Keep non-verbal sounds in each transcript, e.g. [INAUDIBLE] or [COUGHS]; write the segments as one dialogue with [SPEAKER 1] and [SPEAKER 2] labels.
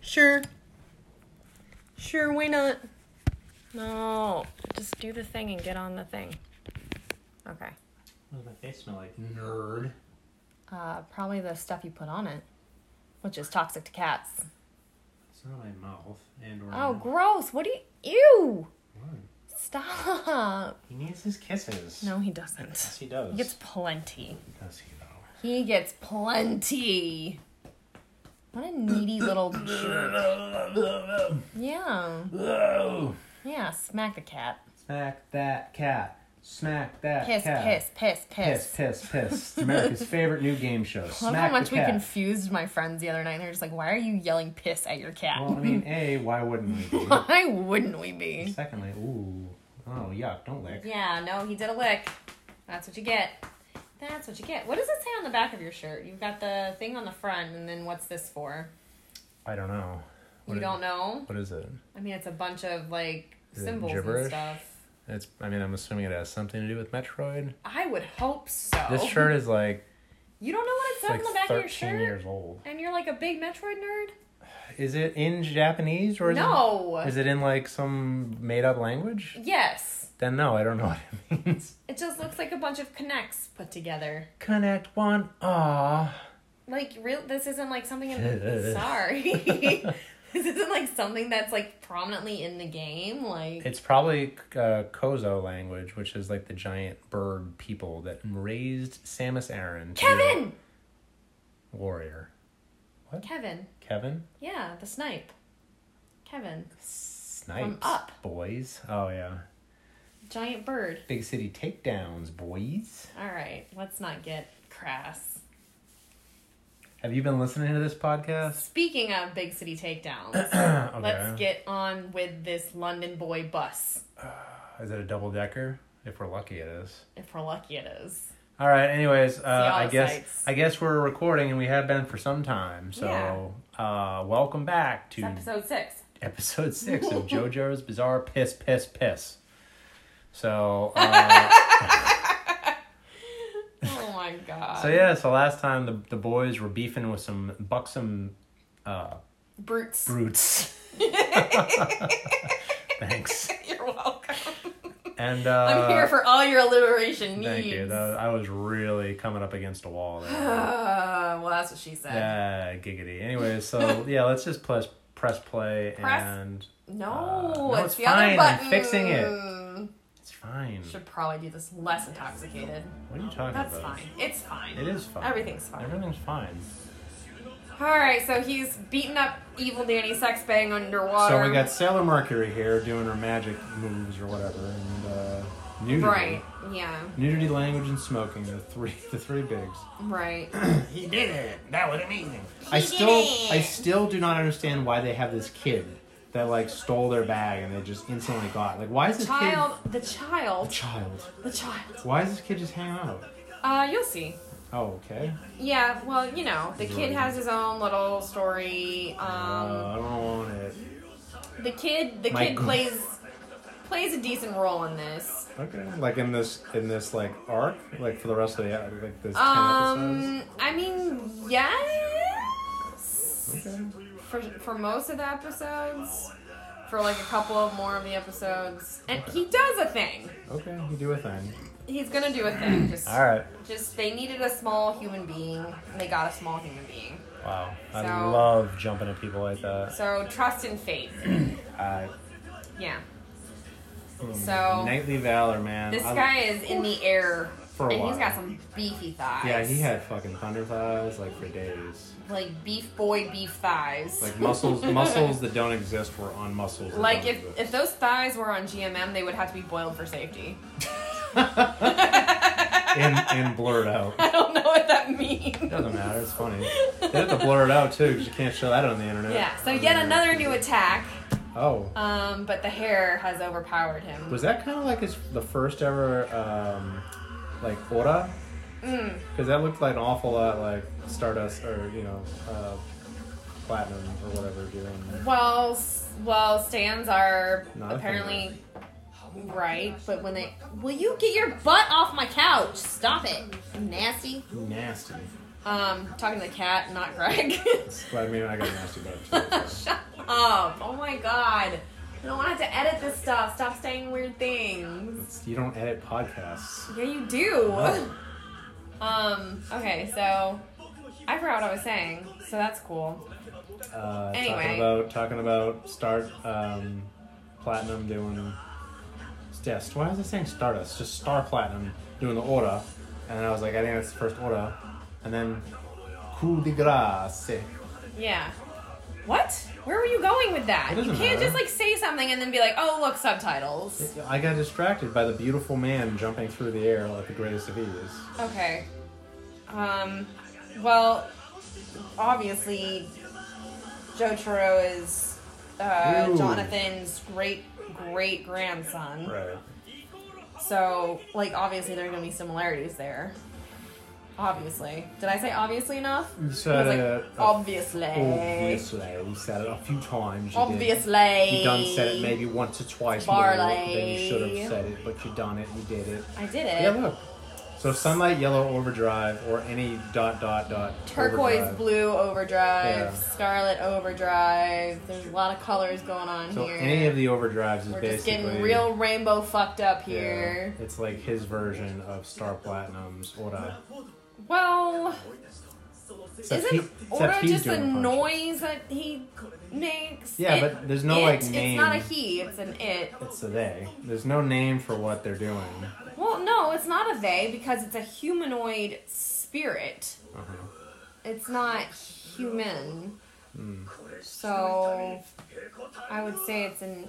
[SPEAKER 1] Sure. Sure, why not?
[SPEAKER 2] No, just do the thing and get on the thing. Okay.
[SPEAKER 3] What does my face smell like? Nerd.
[SPEAKER 2] Uh, probably the stuff you put on it, which is toxic to cats.
[SPEAKER 3] It's not my mouth and or.
[SPEAKER 2] Oh, gross! What do you? Ew!
[SPEAKER 3] What?
[SPEAKER 2] Stop!
[SPEAKER 3] He needs his kisses.
[SPEAKER 2] No, he doesn't.
[SPEAKER 3] Yes, he does.
[SPEAKER 2] He gets plenty.
[SPEAKER 3] Does he though?
[SPEAKER 2] He gets plenty. What a needy little jerk. Yeah. Yeah, smack the cat.
[SPEAKER 3] Smack that cat. Smack that
[SPEAKER 2] Piss,
[SPEAKER 3] cat.
[SPEAKER 2] piss, piss, piss.
[SPEAKER 3] Piss, piss, piss. America's favorite new game
[SPEAKER 2] [LAUGHS]
[SPEAKER 3] show.
[SPEAKER 2] I love
[SPEAKER 3] Smack
[SPEAKER 2] how much
[SPEAKER 3] the
[SPEAKER 2] we
[SPEAKER 3] cat.
[SPEAKER 2] confused my friends the other night. They're just like, why are you yelling piss at your cat?
[SPEAKER 3] Well, I mean, A, why wouldn't we be?
[SPEAKER 2] [LAUGHS] why wouldn't we be?
[SPEAKER 3] Secondly, ooh. Oh, yuck, don't lick.
[SPEAKER 2] Yeah, no, he did a lick. That's what you get. That's what you get. What does it say on the back of your shirt? You've got the thing on the front, and then what's this for?
[SPEAKER 3] I don't know. What
[SPEAKER 2] you
[SPEAKER 3] is-
[SPEAKER 2] don't know?
[SPEAKER 3] What is it?
[SPEAKER 2] I mean, it's a bunch of like
[SPEAKER 3] Is it
[SPEAKER 2] symbols and
[SPEAKER 3] gibberish?
[SPEAKER 2] stuff.
[SPEAKER 3] It's. I mean, I'm assuming it has something to do with Metroid.
[SPEAKER 2] I would hope so.
[SPEAKER 3] This shirt is like,
[SPEAKER 2] You don't know what it
[SPEAKER 3] it's
[SPEAKER 2] says
[SPEAKER 3] like
[SPEAKER 2] on the back of
[SPEAKER 3] 13
[SPEAKER 2] your shirt?
[SPEAKER 3] years old.
[SPEAKER 2] And you're like a big Metroid nerd?
[SPEAKER 3] Is it in Japanese or is
[SPEAKER 2] No.
[SPEAKER 3] it, is it in like some made up language?
[SPEAKER 2] yes.
[SPEAKER 3] Then no, I don't know what it means. [LAUGHS]
[SPEAKER 2] It just looks like a bunch of connects put together.
[SPEAKER 3] Connect one. Ah.
[SPEAKER 2] Like real this isn't like something
[SPEAKER 3] [LAUGHS]
[SPEAKER 2] in sorry. [LAUGHS] this isn't like something that's like prominently in the game. Like
[SPEAKER 3] It's probably uh, Kozo language, which is like the giant bird people that raised Samus Aran. to be a
[SPEAKER 2] Kevin!
[SPEAKER 3] Warrior.
[SPEAKER 2] Kevin.
[SPEAKER 3] Kevin.
[SPEAKER 2] Yeah, the snipe. Kevin.
[SPEAKER 3] Snipes.
[SPEAKER 2] Up.
[SPEAKER 3] Boys. Oh yeah.
[SPEAKER 2] Giant bird.
[SPEAKER 3] Big city takedowns. Boys.
[SPEAKER 2] Alright, let's not get crass.
[SPEAKER 3] Have you been listening to this podcast? [CLEARS THROAT]
[SPEAKER 2] Speaking of big city
[SPEAKER 3] [COUGHS]
[SPEAKER 2] takedowns,
[SPEAKER 3] okay.
[SPEAKER 2] let's get on with this London boy bus.
[SPEAKER 3] Is it a double decker? If we're lucky, it is.
[SPEAKER 2] If we're lucky, it is.
[SPEAKER 3] All right. Anyways, uh,
[SPEAKER 2] all
[SPEAKER 3] I guess
[SPEAKER 2] sites.
[SPEAKER 3] I guess we're recording, and we have been for some time. So, uh, welcome back to
[SPEAKER 2] It's episode six.
[SPEAKER 3] episode six
[SPEAKER 2] [LAUGHS]
[SPEAKER 3] of JoJo's Bizarre Piss Piss Piss.
[SPEAKER 2] [LAUGHS]
[SPEAKER 3] So, uh,
[SPEAKER 2] Oh my god.
[SPEAKER 3] [LAUGHS] so yeah. So last time the the boys were beefing with some buxom uh,
[SPEAKER 2] Brutes. [LAUGHS]
[SPEAKER 3] brutes. [LAUGHS] Thanks.
[SPEAKER 2] You're welcome.
[SPEAKER 3] And uh,
[SPEAKER 2] [LAUGHS] I'm here for all your alliteration needs.
[SPEAKER 3] thank you. That, I was really coming up against a wall
[SPEAKER 2] [SIGHS]
[SPEAKER 3] there.
[SPEAKER 2] Uh, well, that's what she said.
[SPEAKER 3] Yeah, giggity.
[SPEAKER 2] [LAUGHS]
[SPEAKER 3] Anyway, so yeah, let's just press press play
[SPEAKER 2] Press-
[SPEAKER 3] and
[SPEAKER 2] No,
[SPEAKER 3] Uh, no,
[SPEAKER 2] it's,
[SPEAKER 3] it's
[SPEAKER 2] the
[SPEAKER 3] fine.
[SPEAKER 2] other
[SPEAKER 3] I'm
[SPEAKER 2] button. Mm.
[SPEAKER 3] fixing it's fine.
[SPEAKER 2] Should probably do this less intoxicated.
[SPEAKER 3] What are you talking
[SPEAKER 2] That's
[SPEAKER 3] about?
[SPEAKER 2] fine. It's fine.
[SPEAKER 3] It is fine.
[SPEAKER 2] Everything's fine.
[SPEAKER 3] Everything's fine.
[SPEAKER 2] All right, so he's beating up evil Danny Sexbang underwater.
[SPEAKER 3] So we got Sailor Mercury here doing her magic moves or whatever, and uh, nudity,
[SPEAKER 2] right. Yeah.
[SPEAKER 3] nudity, language, and smoking. The three, [LAUGHS] the three bigs. [COUGHS]
[SPEAKER 2] Right.
[SPEAKER 3] He did it. That was amazing. I still, I still do not understand why they have this kid that like stole their bag and they just instantly got. Like, why is this
[SPEAKER 2] Child. The
[SPEAKER 3] kid?
[SPEAKER 2] child.
[SPEAKER 3] Child.
[SPEAKER 2] The child.
[SPEAKER 3] Why is this kid just hanging out?
[SPEAKER 2] Uh, you'll see.
[SPEAKER 3] Oh, okay.
[SPEAKER 2] Yeah, well, you know, the kid has his own little story. Um,
[SPEAKER 3] Uh, I don't want it.
[SPEAKER 2] the kid, the
[SPEAKER 3] My
[SPEAKER 2] kid
[SPEAKER 3] God.
[SPEAKER 2] plays plays a decent role in this.
[SPEAKER 3] Okay. Like in this in this like arc, like for the rest of the uh, like this
[SPEAKER 2] Um, I mean, yes,
[SPEAKER 3] ten episodes.
[SPEAKER 2] for for most of the episodes, for like a couple of more of the episodes, and he does a thing.
[SPEAKER 3] Okay. Okay. You do a thing.
[SPEAKER 2] He's gonna do a
[SPEAKER 3] [CLEARS THROAT]
[SPEAKER 2] thing. Just,
[SPEAKER 3] All right.
[SPEAKER 2] just they needed a small human being. and They got a small human being.
[SPEAKER 3] Wow. I
[SPEAKER 2] So-
[SPEAKER 3] love jumping at people like that.
[SPEAKER 2] So trust and faith.
[SPEAKER 3] I,
[SPEAKER 2] Yeah. So-
[SPEAKER 3] knightly valor, man.
[SPEAKER 2] This
[SPEAKER 3] Um, I-
[SPEAKER 2] guy is in the air,
[SPEAKER 3] For a
[SPEAKER 2] and he's
[SPEAKER 3] while.
[SPEAKER 2] got some beefy thighs.
[SPEAKER 3] Yeah, he had fucking thunder thighs like for days.
[SPEAKER 2] like beef boy beef thighs.
[SPEAKER 3] Like muscles,
[SPEAKER 2] [LAUGHS]
[SPEAKER 3] muscles that don't exist were on muscles. that
[SPEAKER 2] Like
[SPEAKER 3] don't
[SPEAKER 2] if
[SPEAKER 3] exist.
[SPEAKER 2] if those thighs were on GMM, they would have to be boiled for safety.
[SPEAKER 3] [LAUGHS] and and blurred out.
[SPEAKER 2] [LAUGHS] I don't know what that means.
[SPEAKER 3] Doesn't matter. It's funny. They have to blur it out too because you can't show that on the internet.
[SPEAKER 2] Yeah. So yet another new attack.
[SPEAKER 3] Oh.
[SPEAKER 2] Um, but the hair has overpowered him.
[SPEAKER 3] Was that kind of like his the first ever um, like quota? Because that looked like an awful lot like Stardust or you know uh, Platinum or whatever doing.
[SPEAKER 2] Well, s- well, stands are
[SPEAKER 3] No, I think
[SPEAKER 2] apparently right, but when they will you get your butt off my couch? Stop it, you nasty.
[SPEAKER 3] Nasty.
[SPEAKER 2] Um, talking to the cat, not Greg. [LAUGHS]
[SPEAKER 3] But I mean, I got nasty butt.
[SPEAKER 2] Shut up! Oh my god. I don't want to have to edit this stuff. Stop saying weird things.
[SPEAKER 3] It's, you don't edit podcasts.
[SPEAKER 2] [LAUGHS] Yeah, you do.
[SPEAKER 3] [LAUGHS] No.
[SPEAKER 2] Um, okay, so I forgot what I was saying, so that's cool.
[SPEAKER 3] Uh,
[SPEAKER 2] Anyway.
[SPEAKER 3] Talking about talking about start um, platinum doing. Yes. Why was I saying Stardust? Just Star Platinum doing the order, and then I was like, I think that's the first order, and then coup de grace.
[SPEAKER 2] Yeah. What? Where were you going with that? You
[SPEAKER 3] It doesn't
[SPEAKER 2] can't
[SPEAKER 3] matter.
[SPEAKER 2] just like say something and then be like, oh, look, subtitles.
[SPEAKER 3] I got distracted by the beautiful man jumping through the air like the greatest of ease.
[SPEAKER 2] Okay. Um, well, obviously, Joe Turo is uh,
[SPEAKER 3] Ooh.
[SPEAKER 2] Jonathan's great great grandson.
[SPEAKER 3] Right.
[SPEAKER 2] So, like, obviously, there are going to be similarities there. Obviously. Did I say obviously enough?
[SPEAKER 3] You
[SPEAKER 2] I
[SPEAKER 3] said
[SPEAKER 2] was like,
[SPEAKER 3] it.
[SPEAKER 2] obviously.
[SPEAKER 3] Uh, Obviously, you said it a few times. You
[SPEAKER 2] Obviously.
[SPEAKER 3] Did. You done said it maybe once or twice more
[SPEAKER 2] Barley.
[SPEAKER 3] than you should have said it, but you done it. You did it.
[SPEAKER 2] I did it.
[SPEAKER 3] Yeah, look. So sunlight yellow overdrive or any dot dot dot
[SPEAKER 2] Turquoise
[SPEAKER 3] overdrive.
[SPEAKER 2] blue overdrive,
[SPEAKER 3] Yeah.
[SPEAKER 2] scarlet overdrive. There's a lot of colors going on
[SPEAKER 3] So
[SPEAKER 2] here.
[SPEAKER 3] any of the overdrives is
[SPEAKER 2] We're just
[SPEAKER 3] basically
[SPEAKER 2] getting real rainbow fucked up
[SPEAKER 3] yeah,
[SPEAKER 2] here.
[SPEAKER 3] it's like his version of Star Platinum's Ora.
[SPEAKER 2] Well,
[SPEAKER 3] Except he-
[SPEAKER 2] isn't
[SPEAKER 3] except
[SPEAKER 2] Ora
[SPEAKER 3] he's
[SPEAKER 2] just the
[SPEAKER 3] doing a bunch.
[SPEAKER 2] noise that he makes?
[SPEAKER 3] Yeah,
[SPEAKER 2] It-
[SPEAKER 3] but there's no,
[SPEAKER 2] it,
[SPEAKER 3] like,
[SPEAKER 2] It's
[SPEAKER 3] name.
[SPEAKER 2] not a he. It's an it.
[SPEAKER 3] It's a they. There's no name for what they're doing.
[SPEAKER 2] Well, no, it's not a they because it's a humanoid spirit.
[SPEAKER 3] Uh-huh.
[SPEAKER 2] It's not human.
[SPEAKER 3] Hmm.
[SPEAKER 2] So I would say it's an.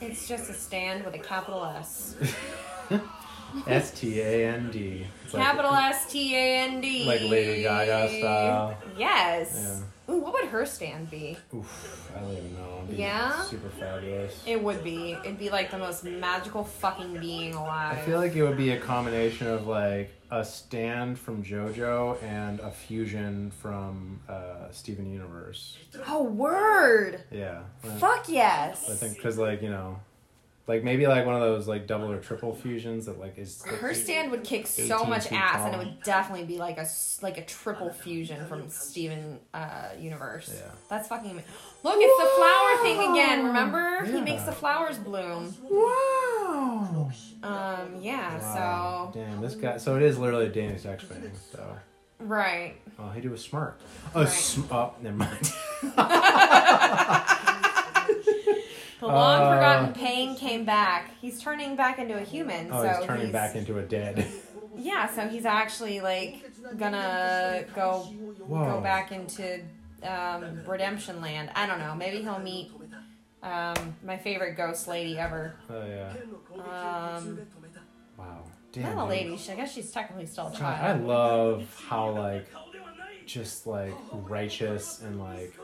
[SPEAKER 2] It's just a stand with a capital S.
[SPEAKER 3] S T A N D. It's like-
[SPEAKER 2] Capital S T A N D.
[SPEAKER 3] Like Lady Gaga style.
[SPEAKER 2] Yes. Ooh, what would her stand be?
[SPEAKER 3] Oof, I don't even know. It'd be
[SPEAKER 2] Yeah?
[SPEAKER 3] Super fabulous.
[SPEAKER 2] It would be. It'd be like the most magical fucking being alive.
[SPEAKER 3] I feel like it would be a combination of like a stand from JoJo and a fusion from uh, Steven Universe.
[SPEAKER 2] Oh, word!
[SPEAKER 3] Yeah. Like,
[SPEAKER 2] Fuck yes!
[SPEAKER 3] I think because like you know, like maybe like one of those like double or triple fusions that like is. like,
[SPEAKER 2] Her stand would kick so
[SPEAKER 3] 18
[SPEAKER 2] much
[SPEAKER 3] feet
[SPEAKER 2] ass,
[SPEAKER 3] tall.
[SPEAKER 2] and it would definitely be like a s- like a triple fusion from Steven uh, Universe.
[SPEAKER 3] Yeah.
[SPEAKER 2] That's fucking. ama- Look, it's the flower thing again. Remember, he
[SPEAKER 3] Yeah.
[SPEAKER 2] makes the flowers bloom.
[SPEAKER 3] Wow.
[SPEAKER 2] Um, yeah.
[SPEAKER 3] Wow.
[SPEAKER 2] So
[SPEAKER 3] Damn, this guy. So it is literally a Danish X Wing. So.
[SPEAKER 2] right.
[SPEAKER 3] Oh, he do a smirk. A
[SPEAKER 2] Right.
[SPEAKER 3] sm- oh, never
[SPEAKER 2] [LAUGHS]
[SPEAKER 3] mind.
[SPEAKER 2] The long
[SPEAKER 3] Uh,
[SPEAKER 2] forgotten pain came back. He's turning back into a human.
[SPEAKER 3] Oh,
[SPEAKER 2] so
[SPEAKER 3] he's turning back into a dead.
[SPEAKER 2] Yeah, so he's actually like gonna go
[SPEAKER 3] Whoa.
[SPEAKER 2] go back into um, redemption land. I don't know. Maybe he'll meet um, my favorite ghost lady ever.
[SPEAKER 3] Oh yeah.
[SPEAKER 2] Um,
[SPEAKER 3] Wow. Damn.
[SPEAKER 2] not a
[SPEAKER 3] dude.
[SPEAKER 2] lady. She, I guess she's technically still a
[SPEAKER 3] God, I
[SPEAKER 2] child.
[SPEAKER 3] love how like just like righteous and like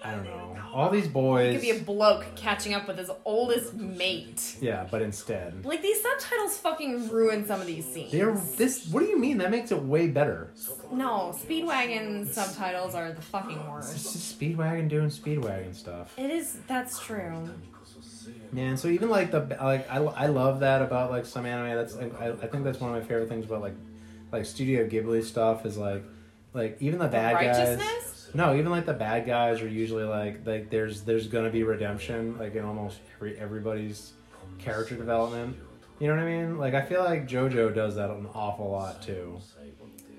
[SPEAKER 3] I don't know. All these
[SPEAKER 2] It
[SPEAKER 3] boys
[SPEAKER 2] could be a bloke catching up with his oldest mate.
[SPEAKER 3] Yeah, but instead.
[SPEAKER 2] Like these subtitles fucking ruin some of these scenes.
[SPEAKER 3] They're this what do you mean? That makes it way better.
[SPEAKER 2] No, Speedwagon subtitles are the fucking worst.
[SPEAKER 3] It's just Speedwagon doing Speedwagon stuff.
[SPEAKER 2] It is. That's true.
[SPEAKER 3] Man, so even like the like I, I love that about like some anime. That's I, I think that's one of my favorite things about like like Studio Ghibli stuff is like like even the bad
[SPEAKER 2] righteousness?
[SPEAKER 3] guys. No, even like the bad guys are usually like like there's there's gonna be redemption like in almost every everybody's character development. You know what I mean? Like I feel like JoJo does that an awful lot too.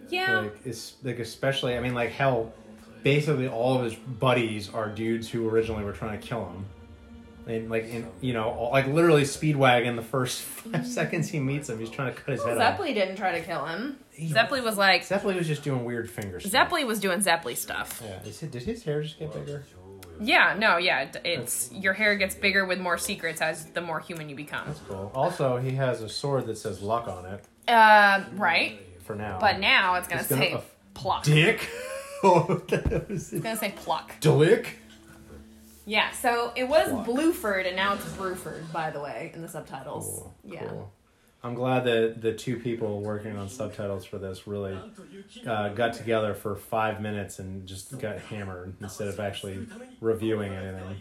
[SPEAKER 2] Yeah.
[SPEAKER 3] Like it's like especially I mean like hell, basically all of his buddies are dudes who originally were trying to kill him. And like in you know all, like literally Speedwagon the first five [LAUGHS] seconds he meets him he's trying to cut his head off.
[SPEAKER 2] Zeppeli didn't try to kill him.
[SPEAKER 3] He-
[SPEAKER 2] Zeppeli was like,
[SPEAKER 3] Zeppeli was just doing weird fingers.
[SPEAKER 2] Zeppeli was doing Zeppeli stuff.
[SPEAKER 3] Yeah. Is it, did his hair just get bigger?
[SPEAKER 2] Yeah, no, yeah. it- It's your hair gets bigger with more secrets as the more human you become.
[SPEAKER 3] That's cool. Also, he has a sword that says luck on it
[SPEAKER 2] Uh, right.
[SPEAKER 3] for now.
[SPEAKER 2] But now it's gonna
[SPEAKER 3] It's gonna-
[SPEAKER 2] say
[SPEAKER 3] uh,
[SPEAKER 2] pluck. It's
[SPEAKER 3] Dick. [LAUGHS] oh, that was it.
[SPEAKER 2] gonna say pluck.
[SPEAKER 3] Dick.
[SPEAKER 2] Yeah. So it was
[SPEAKER 3] Pluck.
[SPEAKER 2] Blueford, and now it's Bruford, by the way, in the subtitles.
[SPEAKER 3] Cool,
[SPEAKER 2] Yeah.
[SPEAKER 3] cool. I'm glad that the two people working on subtitles for this really uh, got together for five minutes and just got hammered instead of actually reviewing anything.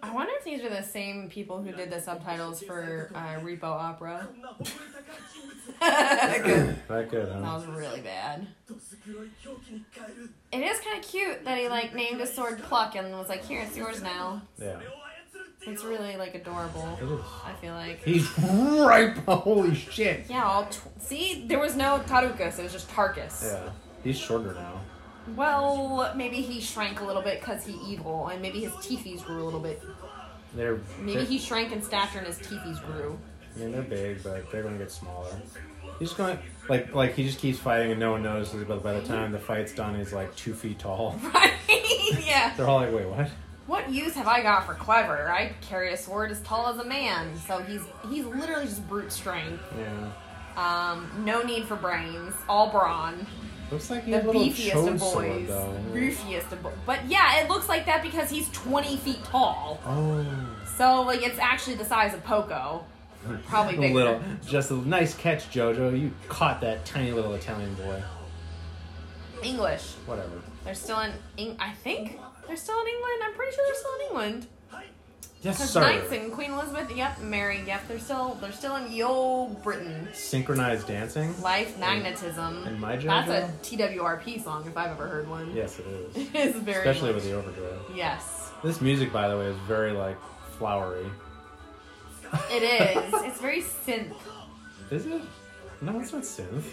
[SPEAKER 2] I wonder if these are the same people who did the subtitles for uh, Repo Opera. that
[SPEAKER 3] That good, huh?
[SPEAKER 2] was really bad. It is kind of cute that he like named his sword Pluck and was like, "Here, it's yours now."
[SPEAKER 3] Yeah.
[SPEAKER 2] It's really like adorable.
[SPEAKER 3] It is.
[SPEAKER 2] I feel like.
[SPEAKER 3] He's ripe. [LAUGHS] Holy shit.
[SPEAKER 2] Yeah, all tw- see, there was no Tarukas. It was just Tarkus.
[SPEAKER 3] Yeah. He's shorter now.
[SPEAKER 2] Well, maybe he shrank a little bit because he evil, and maybe his teethies grew a little bit.
[SPEAKER 3] They're
[SPEAKER 2] Maybe
[SPEAKER 3] they're-
[SPEAKER 2] he shrank in stature and his teethies grew. [LAUGHS]
[SPEAKER 3] I mean, they're big, but they're gonna get smaller. He's going like like he just keeps fighting and no one notices. But by the time the fight's done, he's like two feet tall. [LAUGHS]
[SPEAKER 2] Right? yeah.
[SPEAKER 3] They're all like, wait, what?
[SPEAKER 2] What use have I got for clever? I carry a sword as tall as a man, so he's he's literally just brute strength.
[SPEAKER 3] Yeah.
[SPEAKER 2] Um, no need for brains, all brawn.
[SPEAKER 3] Looks like he's
[SPEAKER 2] The
[SPEAKER 3] a little
[SPEAKER 2] beefiest
[SPEAKER 3] chode
[SPEAKER 2] of
[SPEAKER 3] sword
[SPEAKER 2] boys,
[SPEAKER 3] though.
[SPEAKER 2] roofiest of boys. But yeah, it looks like that because he's 20 feet tall.
[SPEAKER 3] Oh.
[SPEAKER 2] So like it's actually the size of Poco, probably
[SPEAKER 3] [LAUGHS] A
[SPEAKER 2] bigger.
[SPEAKER 3] little, just a nice catch, Jojo. You caught that tiny little Italian boy.
[SPEAKER 2] English.
[SPEAKER 3] Whatever.
[SPEAKER 2] They're still in. Eng- I think they're still in England. I'm pretty sure they're still in England.
[SPEAKER 3] Yes,
[SPEAKER 2] Because
[SPEAKER 3] sir.
[SPEAKER 2] Knights and Queen Elizabeth. Yep, Mary. Yep, they're still they're still in ye olde Britain.
[SPEAKER 3] Synchronized dancing.
[SPEAKER 2] Life magnetism.
[SPEAKER 3] And my
[SPEAKER 2] That's a
[SPEAKER 3] JoJo?
[SPEAKER 2] TWRP song if I've ever heard one. [LAUGHS]
[SPEAKER 3] Yes, it is.
[SPEAKER 2] It is very. much-
[SPEAKER 3] Especially with the overdrive.
[SPEAKER 2] Yes,
[SPEAKER 3] This music, by the way, is very like flowery.
[SPEAKER 2] it is. it's very synth.
[SPEAKER 3] Is it? No, it's not synth.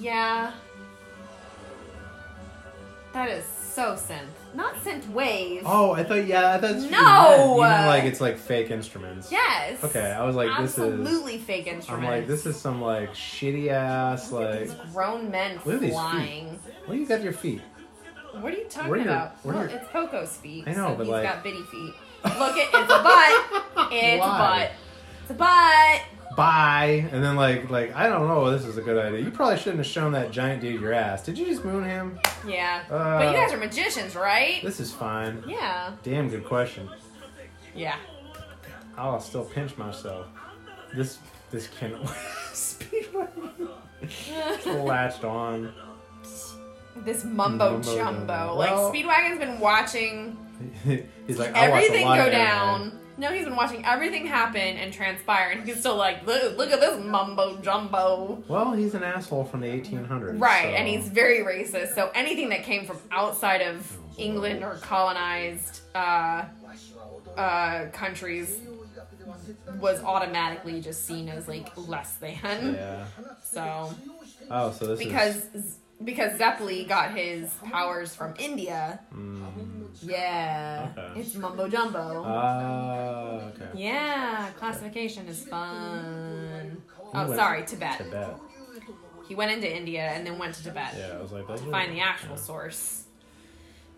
[SPEAKER 2] Yeah. That is so synth. Not synth wave.
[SPEAKER 3] Oh, I thought yeah, I thought it's-
[SPEAKER 2] No!
[SPEAKER 3] you meant like it's like fake instruments.
[SPEAKER 2] Yes.
[SPEAKER 3] Okay, I was like, this is-
[SPEAKER 2] absolutely fake
[SPEAKER 3] I'm
[SPEAKER 2] instruments.
[SPEAKER 3] like, this is some like shitty ass like.
[SPEAKER 2] These grown men
[SPEAKER 3] Look at these feet.
[SPEAKER 2] flying.
[SPEAKER 3] What do you got your feet?
[SPEAKER 2] What are you talking
[SPEAKER 3] Where are your-
[SPEAKER 2] about?
[SPEAKER 3] where are
[SPEAKER 2] well,
[SPEAKER 3] your-
[SPEAKER 2] it's Poco's feet.
[SPEAKER 3] I know,
[SPEAKER 2] so
[SPEAKER 3] but
[SPEAKER 2] he's
[SPEAKER 3] like-
[SPEAKER 2] got bitty feet. Look at it's a
[SPEAKER 3] [LAUGHS]
[SPEAKER 2] butt. It's
[SPEAKER 3] Why?
[SPEAKER 2] a butt. It's a butt.
[SPEAKER 3] Bye. And then like like I don't know. This is a good idea. You probably shouldn't have shown that giant dude your ass. Did you just moon him?
[SPEAKER 2] Yeah.
[SPEAKER 3] Uh,
[SPEAKER 2] but you guys are magicians, right?
[SPEAKER 3] This is fine.
[SPEAKER 2] yeah.
[SPEAKER 3] Damn good question.
[SPEAKER 2] Yeah.
[SPEAKER 3] I'll still pinch myself. This this can [LAUGHS] speed
[SPEAKER 2] [LAUGHS]
[SPEAKER 3] running. latched on. [LAUGHS]
[SPEAKER 2] this mumbo,
[SPEAKER 3] Mumbo jumbo.
[SPEAKER 2] jumbo.
[SPEAKER 3] Well-
[SPEAKER 2] like Speedwagon's been watching
[SPEAKER 3] He's like I watch a
[SPEAKER 2] everything
[SPEAKER 3] lot
[SPEAKER 2] go
[SPEAKER 3] of anime."
[SPEAKER 2] down. No, he's been watching everything happen and transpire, and he's still like, look, look at this mumbo jumbo.
[SPEAKER 3] Well, he's an asshole from the 1800s.
[SPEAKER 2] Right,
[SPEAKER 3] so-
[SPEAKER 2] and he's very racist. So anything that came from outside of England or colonized uh, uh, countries was automatically just seen as like less than.
[SPEAKER 3] Yeah.
[SPEAKER 2] So
[SPEAKER 3] Oh, so this is
[SPEAKER 2] because because Zeppeli got his powers from India.
[SPEAKER 3] Mm.
[SPEAKER 2] Yeah,
[SPEAKER 3] Hmm. Okay. Uh,
[SPEAKER 2] it's mumbo jumbo.
[SPEAKER 3] Ah, okay.
[SPEAKER 2] yeah, classification is fun.
[SPEAKER 3] He
[SPEAKER 2] Oh,
[SPEAKER 3] went
[SPEAKER 2] sorry, Tibet.
[SPEAKER 3] Tibet.
[SPEAKER 2] He went into India and then went to Tibet.
[SPEAKER 3] Yeah, I was like, that's
[SPEAKER 2] find the actual source.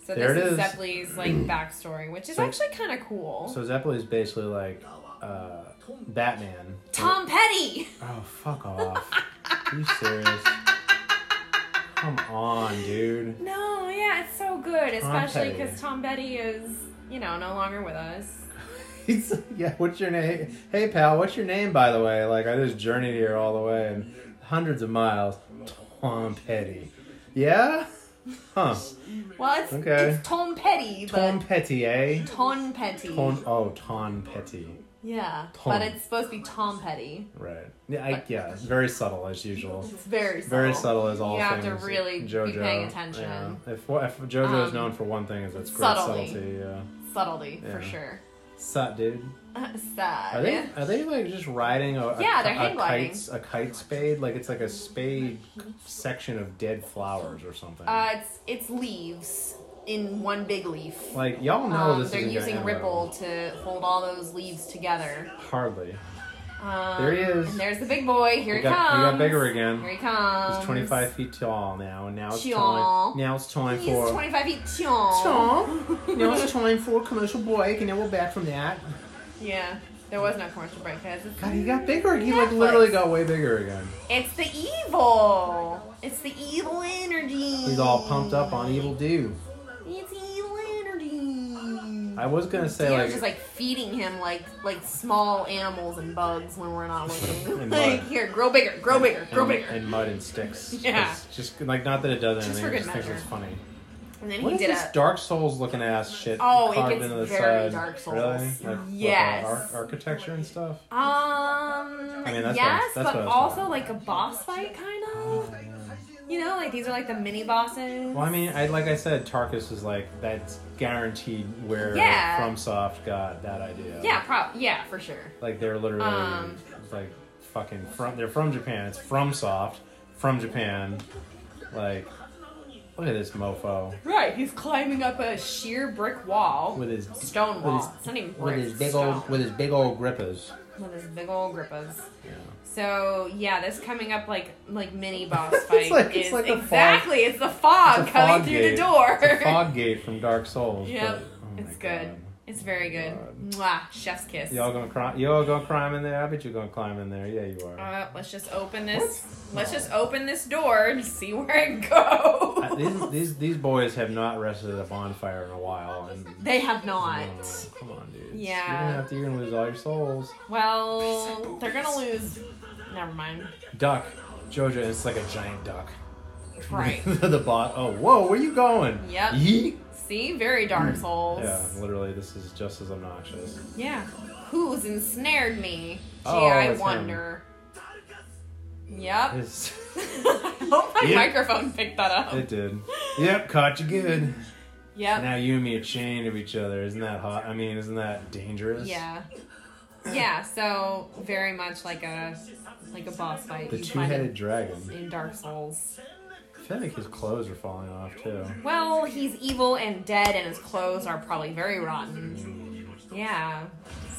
[SPEAKER 2] So
[SPEAKER 3] Hmm. There
[SPEAKER 2] this
[SPEAKER 3] it
[SPEAKER 2] is,
[SPEAKER 3] is. Hmm.
[SPEAKER 2] Zeppeli's like backstory, which is
[SPEAKER 3] So-
[SPEAKER 2] actually kind of cool.
[SPEAKER 3] So Zeppeli is basically like uh, Batman.
[SPEAKER 2] Tom Petty. [LAUGHS]
[SPEAKER 3] Oh, fuck off. Are you serious? Come on, dude. [LAUGHS]
[SPEAKER 2] No, yeah, it's so good, especially
[SPEAKER 3] Petty.
[SPEAKER 2] because Tom Petty is, you know, no longer with us.
[SPEAKER 3] He's like, yeah, what's your name? Hey, pal, what's your name, by the way? Like, I just journeyed here all the way and hundreds of miles. Tom Petty. Yeah? Huh.
[SPEAKER 2] Well, it's,
[SPEAKER 3] Okay.
[SPEAKER 2] it's Tom Petty,
[SPEAKER 3] Tom
[SPEAKER 2] but
[SPEAKER 3] Petty, eh?
[SPEAKER 2] Tom Petty.
[SPEAKER 3] Ton, oh, Ton Petty.
[SPEAKER 2] yeah,
[SPEAKER 3] Tom.
[SPEAKER 2] but it's supposed to be Tom Petty.
[SPEAKER 3] Right. Yeah, I, yeah, very subtle as usual.
[SPEAKER 2] It's very subtle.
[SPEAKER 3] Very subtle as all
[SPEAKER 2] You have
[SPEAKER 3] things.
[SPEAKER 2] to really be
[SPEAKER 3] JoJo.
[SPEAKER 2] paying attention.
[SPEAKER 3] Yeah. If, if JoJo is
[SPEAKER 2] Um,
[SPEAKER 3] known for one thing, is its great
[SPEAKER 2] subtly.
[SPEAKER 3] subtlety. Yeah.
[SPEAKER 2] subtlety
[SPEAKER 3] Yeah.
[SPEAKER 2] for sure. [LAUGHS]
[SPEAKER 3] Sut, dude.
[SPEAKER 2] Sad.
[SPEAKER 3] Are they are they like just riding a, a
[SPEAKER 2] Yeah, they're
[SPEAKER 3] ki- a
[SPEAKER 2] hang gliding.
[SPEAKER 3] kite a kite spade? Like it's like a spade section of dead flowers or something.
[SPEAKER 2] Uh, it's it's leaves in one big leaf.
[SPEAKER 3] like y'all know
[SPEAKER 2] Um,
[SPEAKER 3] this.
[SPEAKER 2] they're
[SPEAKER 3] isn't gonna
[SPEAKER 2] using
[SPEAKER 3] end well.
[SPEAKER 2] ripple to hold all those leaves together.
[SPEAKER 3] Hardly.
[SPEAKER 2] Um,
[SPEAKER 3] There he is.
[SPEAKER 2] And there's the big boy. Here
[SPEAKER 3] We
[SPEAKER 2] he
[SPEAKER 3] got-
[SPEAKER 2] comes.
[SPEAKER 3] we got bigger again.
[SPEAKER 2] Here he comes.
[SPEAKER 3] He's twenty five feet tall now, and now it's
[SPEAKER 2] Tall.
[SPEAKER 3] time. Now it's time
[SPEAKER 2] He's
[SPEAKER 3] for.
[SPEAKER 2] 25 feet tall. [LAUGHS]
[SPEAKER 3] Tall. now it's time for a commercial break, and then we're back from that.
[SPEAKER 2] Yeah. There was no commercial break. 'cause It's,
[SPEAKER 3] God, he got bigger. He like
[SPEAKER 2] Netflix.
[SPEAKER 3] literally got way bigger again.
[SPEAKER 2] it's the evil. It's the evil energy.
[SPEAKER 3] He's all pumped up on e- evil do.
[SPEAKER 2] It's evil energy.
[SPEAKER 3] I was gonna say
[SPEAKER 2] You're
[SPEAKER 3] like,
[SPEAKER 2] just like feeding him like like small animals and bugs when we're not looking.
[SPEAKER 3] [LAUGHS] And
[SPEAKER 2] like
[SPEAKER 3] mud.
[SPEAKER 2] here, grow bigger, grow bigger, grow
[SPEAKER 3] and,
[SPEAKER 2] bigger.
[SPEAKER 3] and mud and sticks.
[SPEAKER 2] [LAUGHS] Yeah.
[SPEAKER 3] It's just like not that it does
[SPEAKER 2] Just
[SPEAKER 3] anything.
[SPEAKER 2] for
[SPEAKER 3] I
[SPEAKER 2] good
[SPEAKER 3] just think
[SPEAKER 2] measure.
[SPEAKER 3] it's funny.
[SPEAKER 2] And then
[SPEAKER 3] What
[SPEAKER 2] he
[SPEAKER 3] is
[SPEAKER 2] did
[SPEAKER 3] this
[SPEAKER 2] a
[SPEAKER 3] Dark Souls looking ass shit?
[SPEAKER 2] Oh, it
[SPEAKER 3] carved
[SPEAKER 2] gets
[SPEAKER 3] into the
[SPEAKER 2] very
[SPEAKER 3] side?
[SPEAKER 2] Dark Souls.
[SPEAKER 3] Really? Like, with the
[SPEAKER 2] Yes.
[SPEAKER 3] arch- architecture and stuff.
[SPEAKER 2] um
[SPEAKER 3] I mean, that's what I was-
[SPEAKER 2] yes,
[SPEAKER 3] that's what I
[SPEAKER 2] but
[SPEAKER 3] was
[SPEAKER 2] also
[SPEAKER 3] talking
[SPEAKER 2] like a boss fight kind of.
[SPEAKER 3] Um,
[SPEAKER 2] You know, like these are like the mini bosses.
[SPEAKER 3] Well, I mean, I like I said, Tarkus is like that's guaranteed where
[SPEAKER 2] Yeah.
[SPEAKER 3] FromSoft got that idea.
[SPEAKER 2] Yeah, prob yeah, for sure.
[SPEAKER 3] like they're literally
[SPEAKER 2] Um.
[SPEAKER 3] like fucking from. They're from Japan. It's FromSoft from Japan. Like, look at this mofo
[SPEAKER 2] Right, he's climbing up a sheer brick wall.
[SPEAKER 3] with his
[SPEAKER 2] stone wall.
[SPEAKER 3] with his-
[SPEAKER 2] it's not even
[SPEAKER 3] with
[SPEAKER 2] brick.
[SPEAKER 3] his big
[SPEAKER 2] stone.
[SPEAKER 3] old with his big old grippers.
[SPEAKER 2] with his big old grippas.
[SPEAKER 3] Yeah.
[SPEAKER 2] So yeah, this coming up like like
[SPEAKER 3] [LAUGHS]
[SPEAKER 2] mini boss
[SPEAKER 3] It's
[SPEAKER 2] fight
[SPEAKER 3] like- it's
[SPEAKER 2] is
[SPEAKER 3] like the fog-
[SPEAKER 2] exactly it's the fog
[SPEAKER 3] It's
[SPEAKER 2] Ah,
[SPEAKER 3] a
[SPEAKER 2] coming
[SPEAKER 3] fog
[SPEAKER 2] through
[SPEAKER 3] gate.
[SPEAKER 2] the door.
[SPEAKER 3] It's a fog gate from Dark
[SPEAKER 2] [LAUGHS]
[SPEAKER 3] Souls.
[SPEAKER 2] Yep.
[SPEAKER 3] but- oh my
[SPEAKER 2] It's good.
[SPEAKER 3] God.
[SPEAKER 2] It's very good.
[SPEAKER 3] God.
[SPEAKER 2] Mwah, chef's kiss.
[SPEAKER 3] Y'all gonna climb? Y'all gonna climb in there? I bet you're gonna climb in there. Yeah, you are.
[SPEAKER 2] Uh, let's just open this. Let's just open this door and see where it goes.
[SPEAKER 3] I- these, these these boys have not rested at a bonfire in a while, and
[SPEAKER 2] they have
[SPEAKER 3] no,
[SPEAKER 2] not.
[SPEAKER 3] come on, dude.
[SPEAKER 2] Yeah.
[SPEAKER 3] you're gonna have to. You're gonna lose all your souls.
[SPEAKER 2] Well, they're gonna lose. Never mind.
[SPEAKER 3] Duck, Jojo. It's like a giant duck.
[SPEAKER 2] Right.
[SPEAKER 3] [LAUGHS] the bot. Oh, whoa, where you going?
[SPEAKER 2] Yep.
[SPEAKER 3] Yeet.
[SPEAKER 2] See, very Dark Souls.
[SPEAKER 3] Yeah, literally, this is just as obnoxious.
[SPEAKER 2] Yeah. Who's ensnared me? Gee,
[SPEAKER 3] Oh,
[SPEAKER 2] I
[SPEAKER 3] it's him.
[SPEAKER 2] wonder. Yep.
[SPEAKER 3] It's,
[SPEAKER 2] [LAUGHS] I hope my
[SPEAKER 3] Yeah.
[SPEAKER 2] microphone picked that up.
[SPEAKER 3] it did. Yep, caught you
[SPEAKER 2] Uh,
[SPEAKER 3] good.
[SPEAKER 2] yep.
[SPEAKER 3] Now you and me are chained of each other. Isn't that hot? I mean, isn't that dangerous?
[SPEAKER 2] Yeah. Yeah, so very much like a like a boss fight.
[SPEAKER 3] The
[SPEAKER 2] you
[SPEAKER 3] two
[SPEAKER 2] find
[SPEAKER 3] headed
[SPEAKER 2] it
[SPEAKER 3] dragon.
[SPEAKER 2] in Dark Souls.
[SPEAKER 3] I feel like his clothes are falling off too.
[SPEAKER 2] Well, he's evil and dead and his clothes are probably very rotten. Yeah.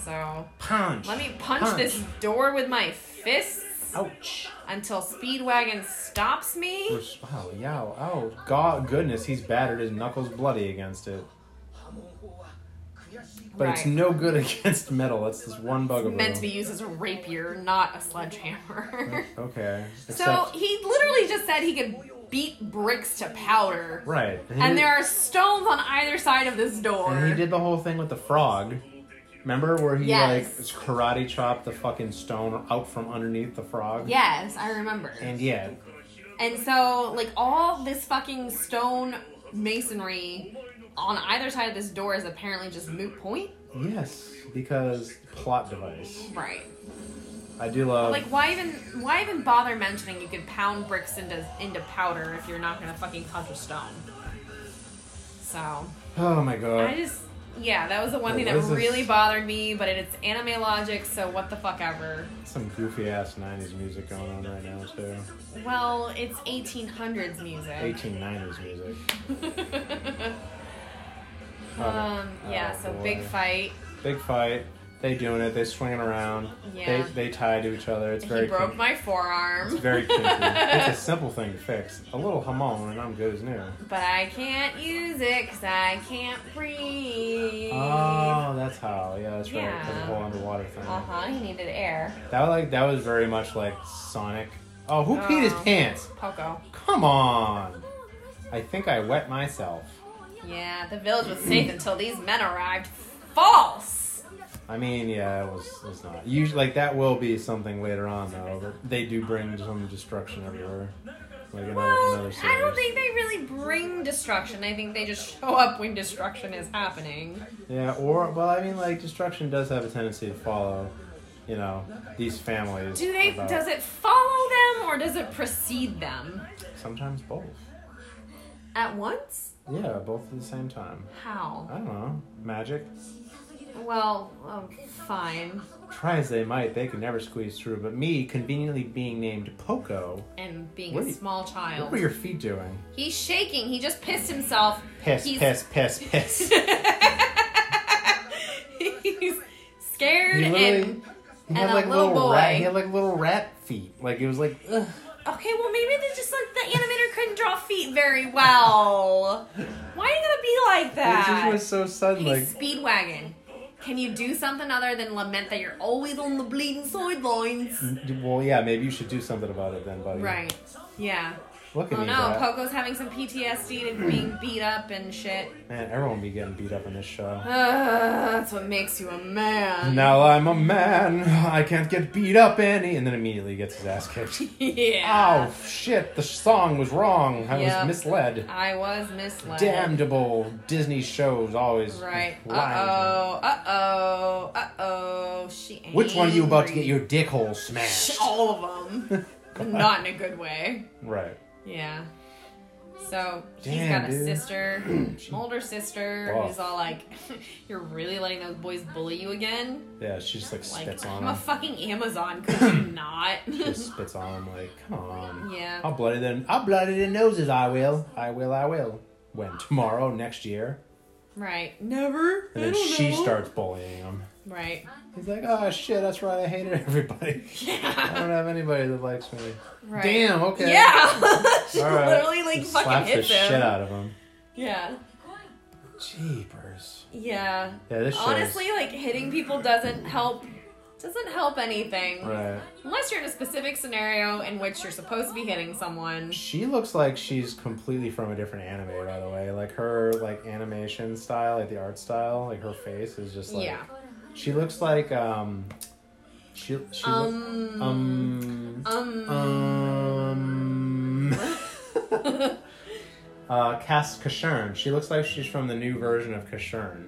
[SPEAKER 2] So
[SPEAKER 3] Punch!
[SPEAKER 2] let me punch,
[SPEAKER 3] Punch.
[SPEAKER 2] this door with my fists
[SPEAKER 3] Ouch!
[SPEAKER 2] until Speedwagon stops me.
[SPEAKER 3] Which- Wow, oh, yow, ow. God, goodness, he's battered his knuckles bloody against it. But it's
[SPEAKER 2] Right.
[SPEAKER 3] no good [LAUGHS] against metal. That's this one bugaboo.
[SPEAKER 2] meant to be used as a rapier, not a
[SPEAKER 3] [LAUGHS]
[SPEAKER 2] sledgehammer.
[SPEAKER 3] Okay.
[SPEAKER 2] so
[SPEAKER 3] Except-
[SPEAKER 2] he literally just said he could beat bricks to powder.
[SPEAKER 3] Right.
[SPEAKER 2] And
[SPEAKER 3] he-
[SPEAKER 2] there are stones on either side of this door.
[SPEAKER 3] And he did the whole thing with the frog. Remember where he
[SPEAKER 2] Yes.
[SPEAKER 3] like karate chopped the fucking stone out from underneath the frog?
[SPEAKER 2] Yes, I remember.
[SPEAKER 3] And yeah,
[SPEAKER 2] And so, like, all this fucking stone masonry on either side of this door is apparently just moot point.
[SPEAKER 3] yes, because plot device.
[SPEAKER 2] Right.
[SPEAKER 3] I do love.
[SPEAKER 2] Like, why even why even bother mentioning you could pound bricks into into powder if you're not gonna fucking touch a stone? So.
[SPEAKER 3] oh my
[SPEAKER 2] I
[SPEAKER 3] god.
[SPEAKER 2] just, yeah, that was the one
[SPEAKER 3] Well,
[SPEAKER 2] thing
[SPEAKER 3] this
[SPEAKER 2] that
[SPEAKER 3] is-
[SPEAKER 2] really bothered me, but it's anime logic, so what the fuck ever.
[SPEAKER 3] Some goofy ass 90s music going on right now, too.
[SPEAKER 2] Well, it's 1800s [LAUGHS] music.
[SPEAKER 3] 1890s music.
[SPEAKER 2] um, yeah,
[SPEAKER 3] Oh,
[SPEAKER 2] so
[SPEAKER 3] boy.
[SPEAKER 2] big fight.
[SPEAKER 3] Big fight. They doing it. They swinging around.
[SPEAKER 2] Yeah.
[SPEAKER 3] They, they tie to each other. It's very
[SPEAKER 2] he broke
[SPEAKER 3] kin-
[SPEAKER 2] my
[SPEAKER 3] It's
[SPEAKER 2] forearm, [LAUGHS]
[SPEAKER 3] very kinky. it's a simple thing to fix. A little hamon and I'm good as new.
[SPEAKER 2] but I can't use it because I can't breathe.
[SPEAKER 3] Oh, that's how. Yeah, that's right.
[SPEAKER 2] Yeah.
[SPEAKER 3] The whole underwater thing.
[SPEAKER 2] Uh huh, he needed air.
[SPEAKER 3] That was like that was very much like Sonic. Oh, who peed his
[SPEAKER 2] Oh.
[SPEAKER 3] pants?
[SPEAKER 2] Poco.
[SPEAKER 3] Come on. I think I wet myself.
[SPEAKER 2] Yeah, the village was safe until these men arrived. False!
[SPEAKER 3] I mean, yeah, it was it's not. Usually like that will be something later on though. But they do bring some destruction everywhere. Like another,
[SPEAKER 2] Well,
[SPEAKER 3] another
[SPEAKER 2] I don't
[SPEAKER 3] series.
[SPEAKER 2] think they really bring destruction. I think they just show up when destruction is happening.
[SPEAKER 3] Yeah, or well, I mean, like destruction does have a tendency to follow, you know, these families.
[SPEAKER 2] Do they?
[SPEAKER 3] about-
[SPEAKER 2] Does it follow them or does it precede them?
[SPEAKER 3] Sometimes both.
[SPEAKER 2] At once?
[SPEAKER 3] Yeah, both at the same time. I
[SPEAKER 2] How?
[SPEAKER 3] don't know. Magic.
[SPEAKER 2] Well, um, fine.
[SPEAKER 3] Try as they might, they could never squeeze through. But me, conveniently being named Poco,
[SPEAKER 2] And being
[SPEAKER 3] What are
[SPEAKER 2] a
[SPEAKER 3] you-
[SPEAKER 2] small
[SPEAKER 3] what were
[SPEAKER 2] child,
[SPEAKER 3] your feet doing?
[SPEAKER 2] he's shaking. He just pissed himself.
[SPEAKER 3] Piss,
[SPEAKER 2] He's-
[SPEAKER 3] piss, piss,
[SPEAKER 2] [LAUGHS]
[SPEAKER 3] piss.
[SPEAKER 2] He's scared
[SPEAKER 3] He literally-
[SPEAKER 2] and
[SPEAKER 3] He
[SPEAKER 2] And a
[SPEAKER 3] had like
[SPEAKER 2] little
[SPEAKER 3] little, rat.
[SPEAKER 2] boy.
[SPEAKER 3] He had like little rat feet. Like it was like. Ugh.
[SPEAKER 2] okay. Well, maybe they just like the animator couldn't draw feet very well. Why are you gonna be like
[SPEAKER 3] It
[SPEAKER 2] that?
[SPEAKER 3] just was so sudden.
[SPEAKER 2] Hey,
[SPEAKER 3] Like
[SPEAKER 2] Speedwagon, can you do something other than lament that you're always on the bleeding sidelines?
[SPEAKER 3] well, yeah. Maybe you should do something about it then, buddy.
[SPEAKER 2] Right. Yeah.
[SPEAKER 3] Look at
[SPEAKER 2] Oh
[SPEAKER 3] me.
[SPEAKER 2] no,
[SPEAKER 3] Brad.
[SPEAKER 2] Poco's having some PTSD to
[SPEAKER 3] [CLEARS THROAT]
[SPEAKER 2] being beat up and shit.
[SPEAKER 3] Man, everyone be getting beat up in this show.
[SPEAKER 2] Ugh, that's what makes you a man.
[SPEAKER 3] Now I'm a man. I can't get beat up any. And then immediately gets his ass kicked.
[SPEAKER 2] [LAUGHS] yeah.
[SPEAKER 3] Oh shit! The song was wrong. I
[SPEAKER 2] Yep. Oh,
[SPEAKER 3] was misled.
[SPEAKER 2] I was misled.
[SPEAKER 3] Damnable Disney shows always.
[SPEAKER 2] Right. Uh
[SPEAKER 3] lie.
[SPEAKER 2] oh. Uh oh. Uh oh. She. Angry.
[SPEAKER 3] Which one are you about to get your dick hole smashed?
[SPEAKER 2] All of them. [LAUGHS] Not in a good way.
[SPEAKER 3] Right.
[SPEAKER 2] Yeah. So she's
[SPEAKER 3] Damn,
[SPEAKER 2] got a
[SPEAKER 3] dude. [CLEARS THROAT]
[SPEAKER 2] sister, an older sister,
[SPEAKER 3] Wow.
[SPEAKER 2] who's all like, [LAUGHS] "You're really letting those boys bully you again?
[SPEAKER 3] Yeah, she just like
[SPEAKER 2] Like,
[SPEAKER 3] spits on
[SPEAKER 2] I'm a
[SPEAKER 3] him.
[SPEAKER 2] fucking Amazon. Could you
[SPEAKER 3] [CLEARS THROAT]
[SPEAKER 2] not? [LAUGHS]
[SPEAKER 3] just spits on him. Like, come on.
[SPEAKER 2] Yeah.
[SPEAKER 3] I'll bloody their I'll bloody their noses. I will. I will. I will. When tomorrow, next year,
[SPEAKER 2] right. Never.
[SPEAKER 3] and then she starts bullying him.
[SPEAKER 2] Right.
[SPEAKER 3] He's like, oh shit, that's right. I hated everybody. I
[SPEAKER 2] [LAUGHS] Yeah.
[SPEAKER 3] don't have anybody that likes me.
[SPEAKER 2] Right.
[SPEAKER 3] Damn. Okay.
[SPEAKER 2] Yeah. [LAUGHS] she
[SPEAKER 3] All right.
[SPEAKER 2] literally like
[SPEAKER 3] Just
[SPEAKER 2] fucking
[SPEAKER 3] slaps the
[SPEAKER 2] hits him.
[SPEAKER 3] shit out of him.
[SPEAKER 2] Yeah.
[SPEAKER 3] Jeepers.
[SPEAKER 2] Yeah.
[SPEAKER 3] Yeah, this shit.
[SPEAKER 2] Honestly, like hitting people doesn't help. Doesn't help anything.
[SPEAKER 3] Right.
[SPEAKER 2] Unless you're in a specific scenario in which you're supposed to be hitting someone.
[SPEAKER 3] She looks like she's completely from a different anime, by the way. Like her like animation style, like the art style, like her face is just like
[SPEAKER 2] Yeah.
[SPEAKER 3] she looks like um she she um,
[SPEAKER 2] Um.
[SPEAKER 3] um
[SPEAKER 2] Um.
[SPEAKER 3] um [LAUGHS] uh Cass Kashern. She looks like she's from the new version of Kashern.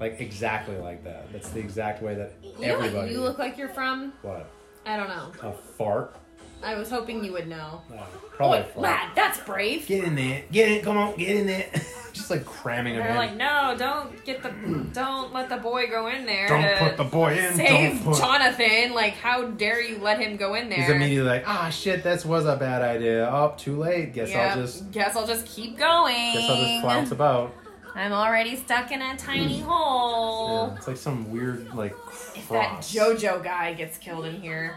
[SPEAKER 3] Like exactly like that. That's the exact way that
[SPEAKER 2] you know what
[SPEAKER 3] everybody
[SPEAKER 2] you look like you're from?
[SPEAKER 3] what?
[SPEAKER 2] I don't know.
[SPEAKER 3] A fart?
[SPEAKER 2] I was hoping you would know.
[SPEAKER 3] Uh, probably a
[SPEAKER 2] Boy,
[SPEAKER 3] fart.
[SPEAKER 2] lad, that's brave.
[SPEAKER 3] Get in there. Get in. Come on. Get in there. [LAUGHS] Just like cramming him
[SPEAKER 2] They're
[SPEAKER 3] in.
[SPEAKER 2] like, no, don't get the, don't let the boy go in there.
[SPEAKER 3] don't
[SPEAKER 2] to
[SPEAKER 3] put the boy in.
[SPEAKER 2] save
[SPEAKER 3] don't put.
[SPEAKER 2] Jonathan. Like, how dare you let him go in there?
[SPEAKER 3] He's immediately like, ah, shit, this was a bad idea. Oh, too late. Guess
[SPEAKER 2] Yep.
[SPEAKER 3] I'll just
[SPEAKER 2] guess I'll just keep going.
[SPEAKER 3] guess I'll just flounce about.
[SPEAKER 2] I'm already stuck in a tiny
[SPEAKER 3] Mm. Yeah,
[SPEAKER 2] hole.
[SPEAKER 3] it's like some weird like
[SPEAKER 2] If that
[SPEAKER 3] cross.
[SPEAKER 2] JoJo guy gets killed in here,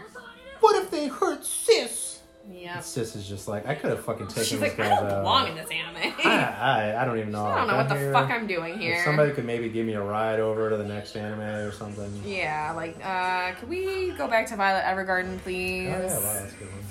[SPEAKER 3] What if they hurt sis?
[SPEAKER 2] yep.
[SPEAKER 3] Sis is just like, I could have fucking taken
[SPEAKER 2] She's
[SPEAKER 3] this
[SPEAKER 2] like, I
[SPEAKER 3] guy's
[SPEAKER 2] don't
[SPEAKER 3] out.
[SPEAKER 2] belong in this [LAUGHS] anime.
[SPEAKER 3] I, I, I don't even know.
[SPEAKER 2] I don't know what the fuck I'm doing
[SPEAKER 3] If
[SPEAKER 2] here.
[SPEAKER 3] somebody could maybe give me a ride over to the next anime or something.
[SPEAKER 2] Yeah, like, uh, can we go back to Violet Evergarden, please?
[SPEAKER 3] Oh yeah, wow, that's a good one.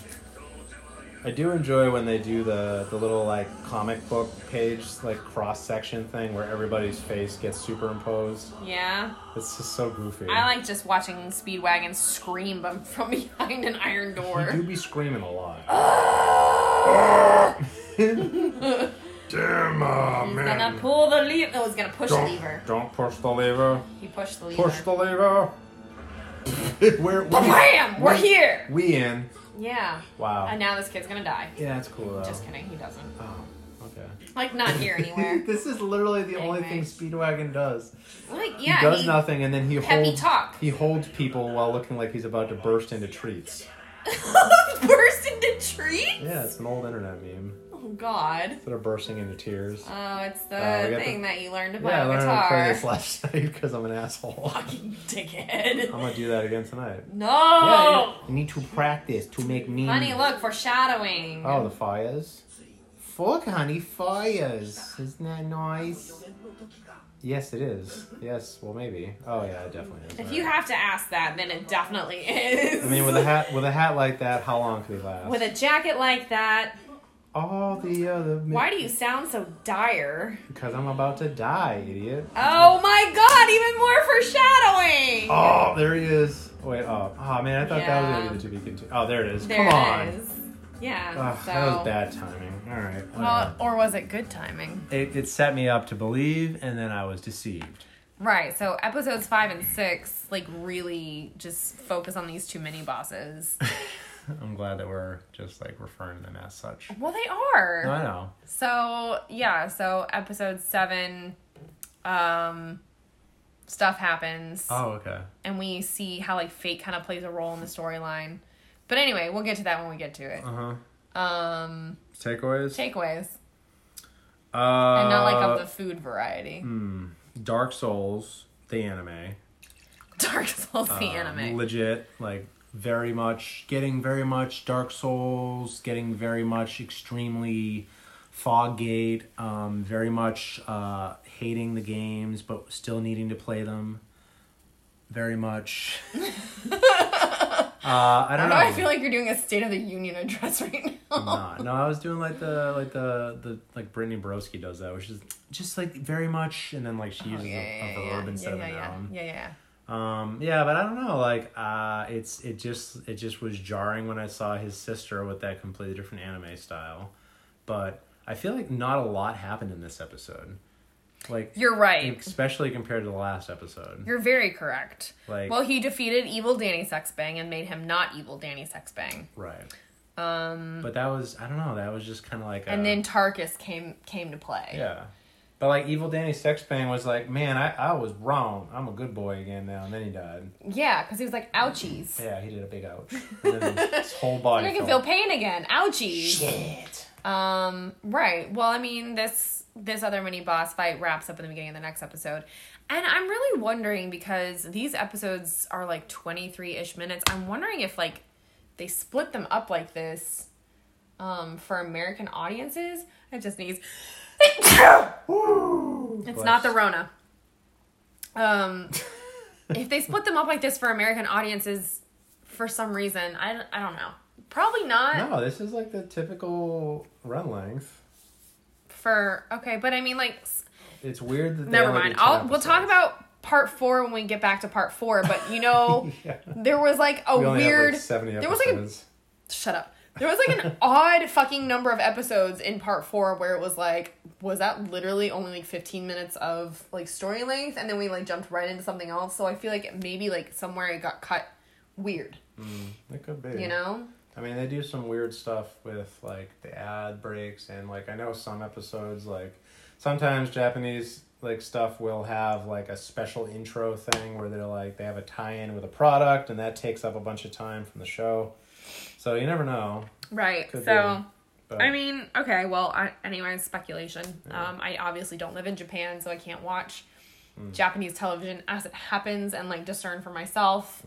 [SPEAKER 3] I do enjoy when they do the the little like comic book page like cross section thing where everybody's face gets superimposed.
[SPEAKER 2] Yeah.
[SPEAKER 3] It's just so goofy.
[SPEAKER 2] I like just watching Speedwagon scream from- [LAUGHS] from behind an iron
[SPEAKER 3] You do Ah,
[SPEAKER 2] door. [LAUGHS]
[SPEAKER 3] be screaming a lot. [GASPS] Damn, uh,
[SPEAKER 2] He's gonna pull the lever. No, he's gonna push the lever.
[SPEAKER 3] don't push the lever.
[SPEAKER 2] He pushed the lever.
[SPEAKER 3] Push the [LAUGHS] lever. we're we,
[SPEAKER 2] Bam! We're here!
[SPEAKER 3] we in.
[SPEAKER 2] Yeah.
[SPEAKER 3] Wow.
[SPEAKER 2] And now this kid's gonna die.
[SPEAKER 3] Yeah, that's cool though.
[SPEAKER 2] Just kidding, he doesn't.
[SPEAKER 3] Oh, okay.
[SPEAKER 2] [LAUGHS] Like, not here anywhere.
[SPEAKER 3] [LAUGHS] this is literally the only
[SPEAKER 2] Anyway.
[SPEAKER 3] thing Speedwagon does.
[SPEAKER 2] Like, yeah.
[SPEAKER 3] he does
[SPEAKER 2] he-
[SPEAKER 3] nothing, and then he
[SPEAKER 2] Peppy
[SPEAKER 3] holds
[SPEAKER 2] talk.
[SPEAKER 3] he holds people while looking like he's about to burst into treats.
[SPEAKER 2] [LAUGHS] burst into tree?
[SPEAKER 3] Yeah, it's an old internet meme.
[SPEAKER 2] Oh, God.
[SPEAKER 3] Instead of bursting into tears.
[SPEAKER 2] Oh, it's the
[SPEAKER 3] Uh, we got
[SPEAKER 2] thing
[SPEAKER 3] the-
[SPEAKER 2] that you learned to play
[SPEAKER 3] yeah, I
[SPEAKER 2] on
[SPEAKER 3] learned how to play
[SPEAKER 2] guitar.
[SPEAKER 3] this last [LAUGHS] night because I'm an asshole. [LAUGHS] I'm
[SPEAKER 2] [LAUGHS] Fucking dickhead.
[SPEAKER 3] [LAUGHS] gonna do that again tonight.
[SPEAKER 2] No!
[SPEAKER 3] you need to practice to make memes.
[SPEAKER 2] Oh! Honey, look, foreshadowing.
[SPEAKER 3] Oh, the fires. Fuck, honey, fires. Isn't that nice? Yes, it is. Yes, well, maybe. Oh yeah, it definitely is.
[SPEAKER 2] If you have to ask that, then it definitely [LAUGHS] is.
[SPEAKER 3] I mean, with a hat, with a hat like that, how long could he last?
[SPEAKER 2] With a jacket like that,
[SPEAKER 3] all the other.
[SPEAKER 2] why do you sound so dire?
[SPEAKER 3] Because I'm about to die, idiot.
[SPEAKER 2] Oh my god, even more foreshadowing!
[SPEAKER 3] Oh, there he is. Wait, oh, oh man, I thought that was
[SPEAKER 2] Yeah.
[SPEAKER 3] gonna be the to be continued. Oh, there it is.
[SPEAKER 2] there
[SPEAKER 3] Come
[SPEAKER 2] it
[SPEAKER 3] on.
[SPEAKER 2] is. Yeah,
[SPEAKER 3] Ugh,
[SPEAKER 2] so.
[SPEAKER 3] That was bad timing. All right. whatever.
[SPEAKER 2] Well, or was it good timing?
[SPEAKER 3] it, it set me up to believe, and then I was deceived.
[SPEAKER 2] Right, so episodes five and six, like, really just focus on these two mini
[SPEAKER 3] [LAUGHS]
[SPEAKER 2] bosses.
[SPEAKER 3] I'm glad that we're just like referring to them as such.
[SPEAKER 2] Well, they are.
[SPEAKER 3] I know.
[SPEAKER 2] So yeah, so episode seven, um, stuff happens,
[SPEAKER 3] Oh, okay.
[SPEAKER 2] and we see how like fate kind of plays a role in the storyline. But anyway, we'll get to that when we get to it.
[SPEAKER 3] Uh huh.
[SPEAKER 2] Um,
[SPEAKER 3] Takeaways.
[SPEAKER 2] takeaways,
[SPEAKER 3] uh, hmm.
[SPEAKER 2] and not like of the food variety.
[SPEAKER 3] Dark Souls, the anime.
[SPEAKER 2] [LAUGHS] Dark Souls the
[SPEAKER 3] Um,
[SPEAKER 2] anime.
[SPEAKER 3] Legit, like very much getting very much Dark Souls, getting very much extremely Foggate, um, very much uh, hating the games but
[SPEAKER 2] [LAUGHS]
[SPEAKER 3] still needing to play them. Very much Uh, I
[SPEAKER 2] I don't
[SPEAKER 3] don't know.
[SPEAKER 2] know. I feel like you're doing a State of the Union address [LAUGHS] right
[SPEAKER 3] I'm
[SPEAKER 2] now.
[SPEAKER 3] not. No, I was doing like the like the the like Brittany Broski does that, which is just like very much, and then like she
[SPEAKER 2] Oh,
[SPEAKER 3] uses
[SPEAKER 2] yeah,
[SPEAKER 3] a,
[SPEAKER 2] yeah,
[SPEAKER 3] a
[SPEAKER 2] yeah,
[SPEAKER 3] verb instead
[SPEAKER 2] yeah,
[SPEAKER 3] of a
[SPEAKER 2] yeah,
[SPEAKER 3] noun.
[SPEAKER 2] yeah, yeah, yeah.
[SPEAKER 3] Um, yeah, but I don't know. Like, uh, it's it just it just was jarring when I saw his sister with that completely different anime style. But I feel like not a lot happened in this episode. Like,
[SPEAKER 2] You're right.
[SPEAKER 3] especially compared to the last episode.
[SPEAKER 2] You're very correct.
[SPEAKER 3] Like,
[SPEAKER 2] Well, he defeated evil Danny Sexbang and made him not evil Danny Sexbang.
[SPEAKER 3] right.
[SPEAKER 2] Um,
[SPEAKER 3] But that was I don't know. That was just kind of like. a-
[SPEAKER 2] and then Tarkus came came to play.
[SPEAKER 3] Yeah. But like evil Danny Sexbang was like, man, I, I was wrong. I'm a good boy again now. And then he died.
[SPEAKER 2] Yeah, because he was like, ouchies.
[SPEAKER 3] Yeah, he did a big ouch. And then his, his whole body.
[SPEAKER 2] I can feel
[SPEAKER 3] felt-
[SPEAKER 2] pain again. Ouchies.
[SPEAKER 3] Shit.
[SPEAKER 2] Um, right. Well, I mean, this this other mini boss fight wraps up in the beginning of the next episode. And I'm really wondering because these episodes are like 23-ish minutes. I'm wondering if like they split them up like this um for American audiences. I just sneezed. It's not the Rona. Um, if they split them up like this for American audiences, for some reason, I, I don't know. Probably not
[SPEAKER 3] No, this is like the typical run length.
[SPEAKER 2] for okay, but I mean like s-
[SPEAKER 3] It's weird that. they
[SPEAKER 2] never
[SPEAKER 3] only
[SPEAKER 2] mind.
[SPEAKER 3] do 10
[SPEAKER 2] I'll, we'll talk
[SPEAKER 3] episodes.
[SPEAKER 2] about part four when we get back to part four. But you know,
[SPEAKER 3] [LAUGHS] Yeah.
[SPEAKER 2] there was like a
[SPEAKER 3] We only have,
[SPEAKER 2] weird.
[SPEAKER 3] like seventy
[SPEAKER 2] there
[SPEAKER 3] episodes.
[SPEAKER 2] was like a shut up. There was like
[SPEAKER 3] [LAUGHS]
[SPEAKER 2] an odd fucking number of episodes in part four where it was like, was that literally only like fifteen minutes of like story length, and then we like jumped right into something else. So I feel like maybe like somewhere it got cut weird.
[SPEAKER 3] it could be.
[SPEAKER 2] You know,
[SPEAKER 3] I mean, they do some weird stuff with like the ad breaks and like I know some episodes like sometimes Japanese like stuff will have like a special intro thing where they're like they have a tie-in with a product and that takes up a bunch of time from the show. So you never know.
[SPEAKER 2] right?
[SPEAKER 3] Could
[SPEAKER 2] so.
[SPEAKER 3] be. But
[SPEAKER 2] I mean, okay, well, I, anyway, speculation. Um, I obviously don't live in Japan, so I can't watch Japanese television as it happens and like discern for myself.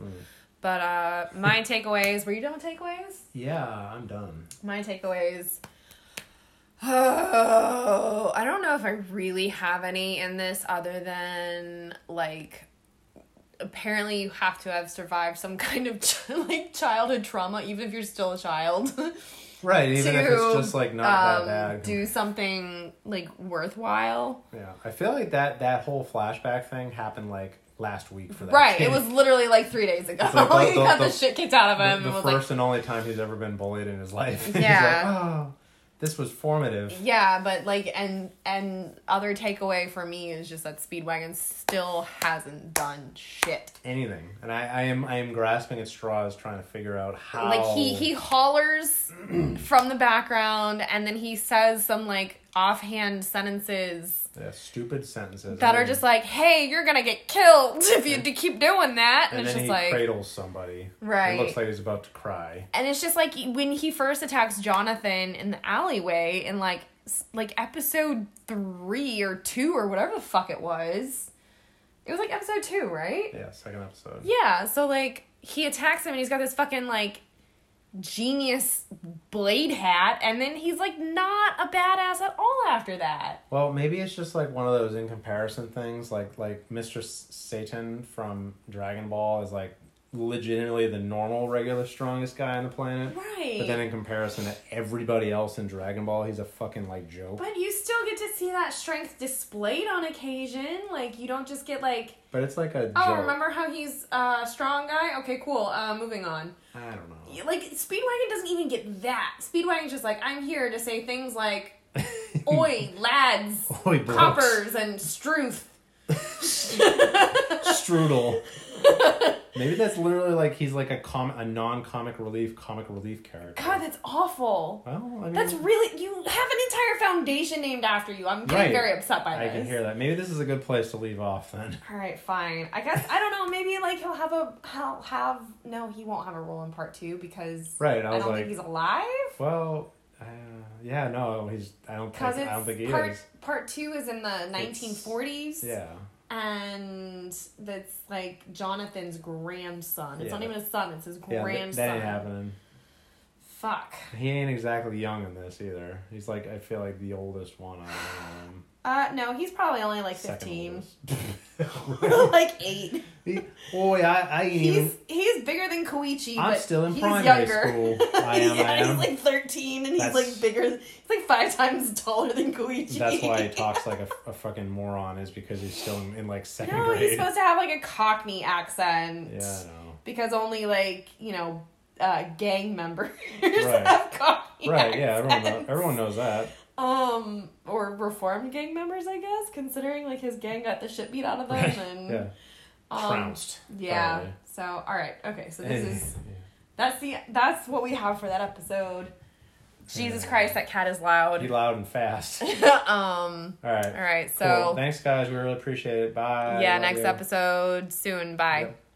[SPEAKER 2] But uh, my takeaways were you done with takeaways?
[SPEAKER 3] yeah, I'm done.
[SPEAKER 2] My takeaways. Oh, I don't know if I really have any in this other than like apparently you have to have survived some [LAUGHS] kind of like childhood trauma even if you're still a child. [LAUGHS]
[SPEAKER 3] Right, even if it's
[SPEAKER 2] to,
[SPEAKER 3] just like not
[SPEAKER 2] um,
[SPEAKER 3] that bad.
[SPEAKER 2] Do something like worthwhile.
[SPEAKER 3] yeah, I feel like that that whole flashback thing happened like last week for that.
[SPEAKER 2] Right.
[SPEAKER 3] kid.
[SPEAKER 2] It was literally like three days ago.
[SPEAKER 3] like
[SPEAKER 2] [LAUGHS]
[SPEAKER 3] the-
[SPEAKER 2] he
[SPEAKER 3] the-
[SPEAKER 2] got
[SPEAKER 3] the-
[SPEAKER 2] the, shit kicked out of
[SPEAKER 3] the,
[SPEAKER 2] him.
[SPEAKER 3] the
[SPEAKER 2] and was
[SPEAKER 3] first and only time he's ever been bullied in his [LAUGHS] life. He's like,
[SPEAKER 2] Yeah.
[SPEAKER 3] "Oh, this was formative.
[SPEAKER 2] like, yeah, but like, and and other takeaway for me is just that Speedwagon still hasn't done shit.
[SPEAKER 3] Anything, and I, I am I am grasping at straws trying to figure out how.
[SPEAKER 2] Like he he hollers [CLEARS THROAT] from the background, and then he says some like offhand sentences
[SPEAKER 3] Yeah, stupid sentences
[SPEAKER 2] that
[SPEAKER 3] and
[SPEAKER 2] are
[SPEAKER 3] then-
[SPEAKER 2] just like, "Hey, you're gonna get killed [LAUGHS] if you d- keep doing that," and,
[SPEAKER 3] And
[SPEAKER 2] it's
[SPEAKER 3] then
[SPEAKER 2] just
[SPEAKER 3] he
[SPEAKER 2] like.
[SPEAKER 3] cradles somebody.
[SPEAKER 2] Right.
[SPEAKER 3] It looks like he's about to cry.
[SPEAKER 2] and it's just like when he first attacks Jonathan in the alleyway in like s- like episode three or two or whatever the fuck it was. It was like episode two, right?
[SPEAKER 3] Yeah, second episode.
[SPEAKER 2] Yeah. So like he attacks him and he's got this fucking like genius blade hat, and then he's like not a badass at all after that.
[SPEAKER 3] Well, maybe it's just like one of those in comparison things. Like like Mister S- Satan from Dragon Ball is like legitimately the normal, regular, strongest guy on the planet.
[SPEAKER 2] Right.
[SPEAKER 3] But then in comparison to everybody else in Dragon Ball, he's a fucking like joke.
[SPEAKER 2] But you still get to see that strength displayed on occasion. Like you don't just get like
[SPEAKER 3] But it's like a
[SPEAKER 2] Oh,
[SPEAKER 3] joke.
[SPEAKER 2] remember how he's a uh, strong guy? Okay, cool. Uh, moving on.
[SPEAKER 3] I don't know. [LAUGHS]
[SPEAKER 2] Like Speedwagon doesn't even get that. Speedwagon's just like I'm here to say things
[SPEAKER 3] [LAUGHS]
[SPEAKER 2] like "Oi, lads,
[SPEAKER 3] Oi, blokes.
[SPEAKER 2] coppers, and stroof." [LAUGHS]
[SPEAKER 3] Strudel. Maybe that's literally like he's like a com a non comic relief comic relief character.
[SPEAKER 2] God, that's awful.
[SPEAKER 3] Well, I mean,
[SPEAKER 2] That's really you have an entire foundation named after you. I'm getting
[SPEAKER 3] Right.
[SPEAKER 2] very upset by
[SPEAKER 3] I
[SPEAKER 2] this.
[SPEAKER 3] can hear that. Maybe this is a good place to leave off then. [LAUGHS]
[SPEAKER 2] All right, fine. I guess I don't know. Maybe like he'll have a he'll have no, he won't have a role in part two because
[SPEAKER 3] Right, I
[SPEAKER 2] I,
[SPEAKER 3] was
[SPEAKER 2] don't
[SPEAKER 3] like-
[SPEAKER 2] think he's alive.
[SPEAKER 3] Well, uh, yeah, no, he's. I don't think.
[SPEAKER 2] Because
[SPEAKER 3] I don't think he
[SPEAKER 2] it's part
[SPEAKER 3] is.
[SPEAKER 2] part two is in the 1940s.
[SPEAKER 3] Yeah.
[SPEAKER 2] and that's like Jonathan's grandson. It's not
[SPEAKER 3] Yeah.
[SPEAKER 2] even his son; it's his
[SPEAKER 3] Yeah, th-
[SPEAKER 2] grandson.
[SPEAKER 3] that ain't happening.
[SPEAKER 2] Fuck.
[SPEAKER 3] He ain't exactly young in this either. He's like, I feel like the oldest one out of all of them.
[SPEAKER 2] Uh, no, he's probably only like
[SPEAKER 3] Second
[SPEAKER 2] 15. [LAUGHS]
[SPEAKER 3] oldest. [LAUGHS]
[SPEAKER 2] like 8.
[SPEAKER 3] He- Boy, I, I ain't [LAUGHS] even.
[SPEAKER 2] He's he's bigger than Koichi,
[SPEAKER 3] I'm
[SPEAKER 2] but
[SPEAKER 3] still in
[SPEAKER 2] he's
[SPEAKER 3] primary
[SPEAKER 2] younger. [LAUGHS]
[SPEAKER 3] school. I am,
[SPEAKER 2] yeah,
[SPEAKER 3] I am.
[SPEAKER 2] he's like 13 and
[SPEAKER 3] That's-
[SPEAKER 2] he's like bigger. He's like five times taller than Koichi.
[SPEAKER 3] That's
[SPEAKER 2] [LAUGHS]
[SPEAKER 3] why he talks like a, a fucking moron, is because he's still in, in like second
[SPEAKER 2] No,
[SPEAKER 3] grade.
[SPEAKER 2] he's supposed to have like a Cockney accent.
[SPEAKER 3] [LAUGHS] yeah, I know.
[SPEAKER 2] Because only like you know, uh, gang members [LAUGHS]
[SPEAKER 3] Right.
[SPEAKER 2] have Cockney.
[SPEAKER 3] Right, yeah,
[SPEAKER 2] [LAUGHS]
[SPEAKER 3] everyone, know,
[SPEAKER 2] accents.
[SPEAKER 3] everyone knows that. [LAUGHS]
[SPEAKER 2] Um, or reformed gang members, I guess. Considering like his gang got the shit beat out of them and
[SPEAKER 3] [LAUGHS] yeah.
[SPEAKER 2] um,
[SPEAKER 3] Trounced.
[SPEAKER 2] Yeah.
[SPEAKER 3] probably.
[SPEAKER 2] So all right, okay. So this
[SPEAKER 3] And-
[SPEAKER 2] is that's the that's what we have for that episode. Jesus
[SPEAKER 3] Yeah.
[SPEAKER 2] Christ, that cat is
[SPEAKER 3] Be
[SPEAKER 2] loud.
[SPEAKER 3] loud
[SPEAKER 2] [LAUGHS]
[SPEAKER 3] and fast. All
[SPEAKER 2] um.
[SPEAKER 3] right.
[SPEAKER 2] All right.
[SPEAKER 3] Cool.
[SPEAKER 2] So
[SPEAKER 3] Thanks, guys. We really appreciate it. Bye.
[SPEAKER 2] yeah,
[SPEAKER 3] Love
[SPEAKER 2] next
[SPEAKER 3] you.
[SPEAKER 2] episode soon. Bye.
[SPEAKER 3] Yep.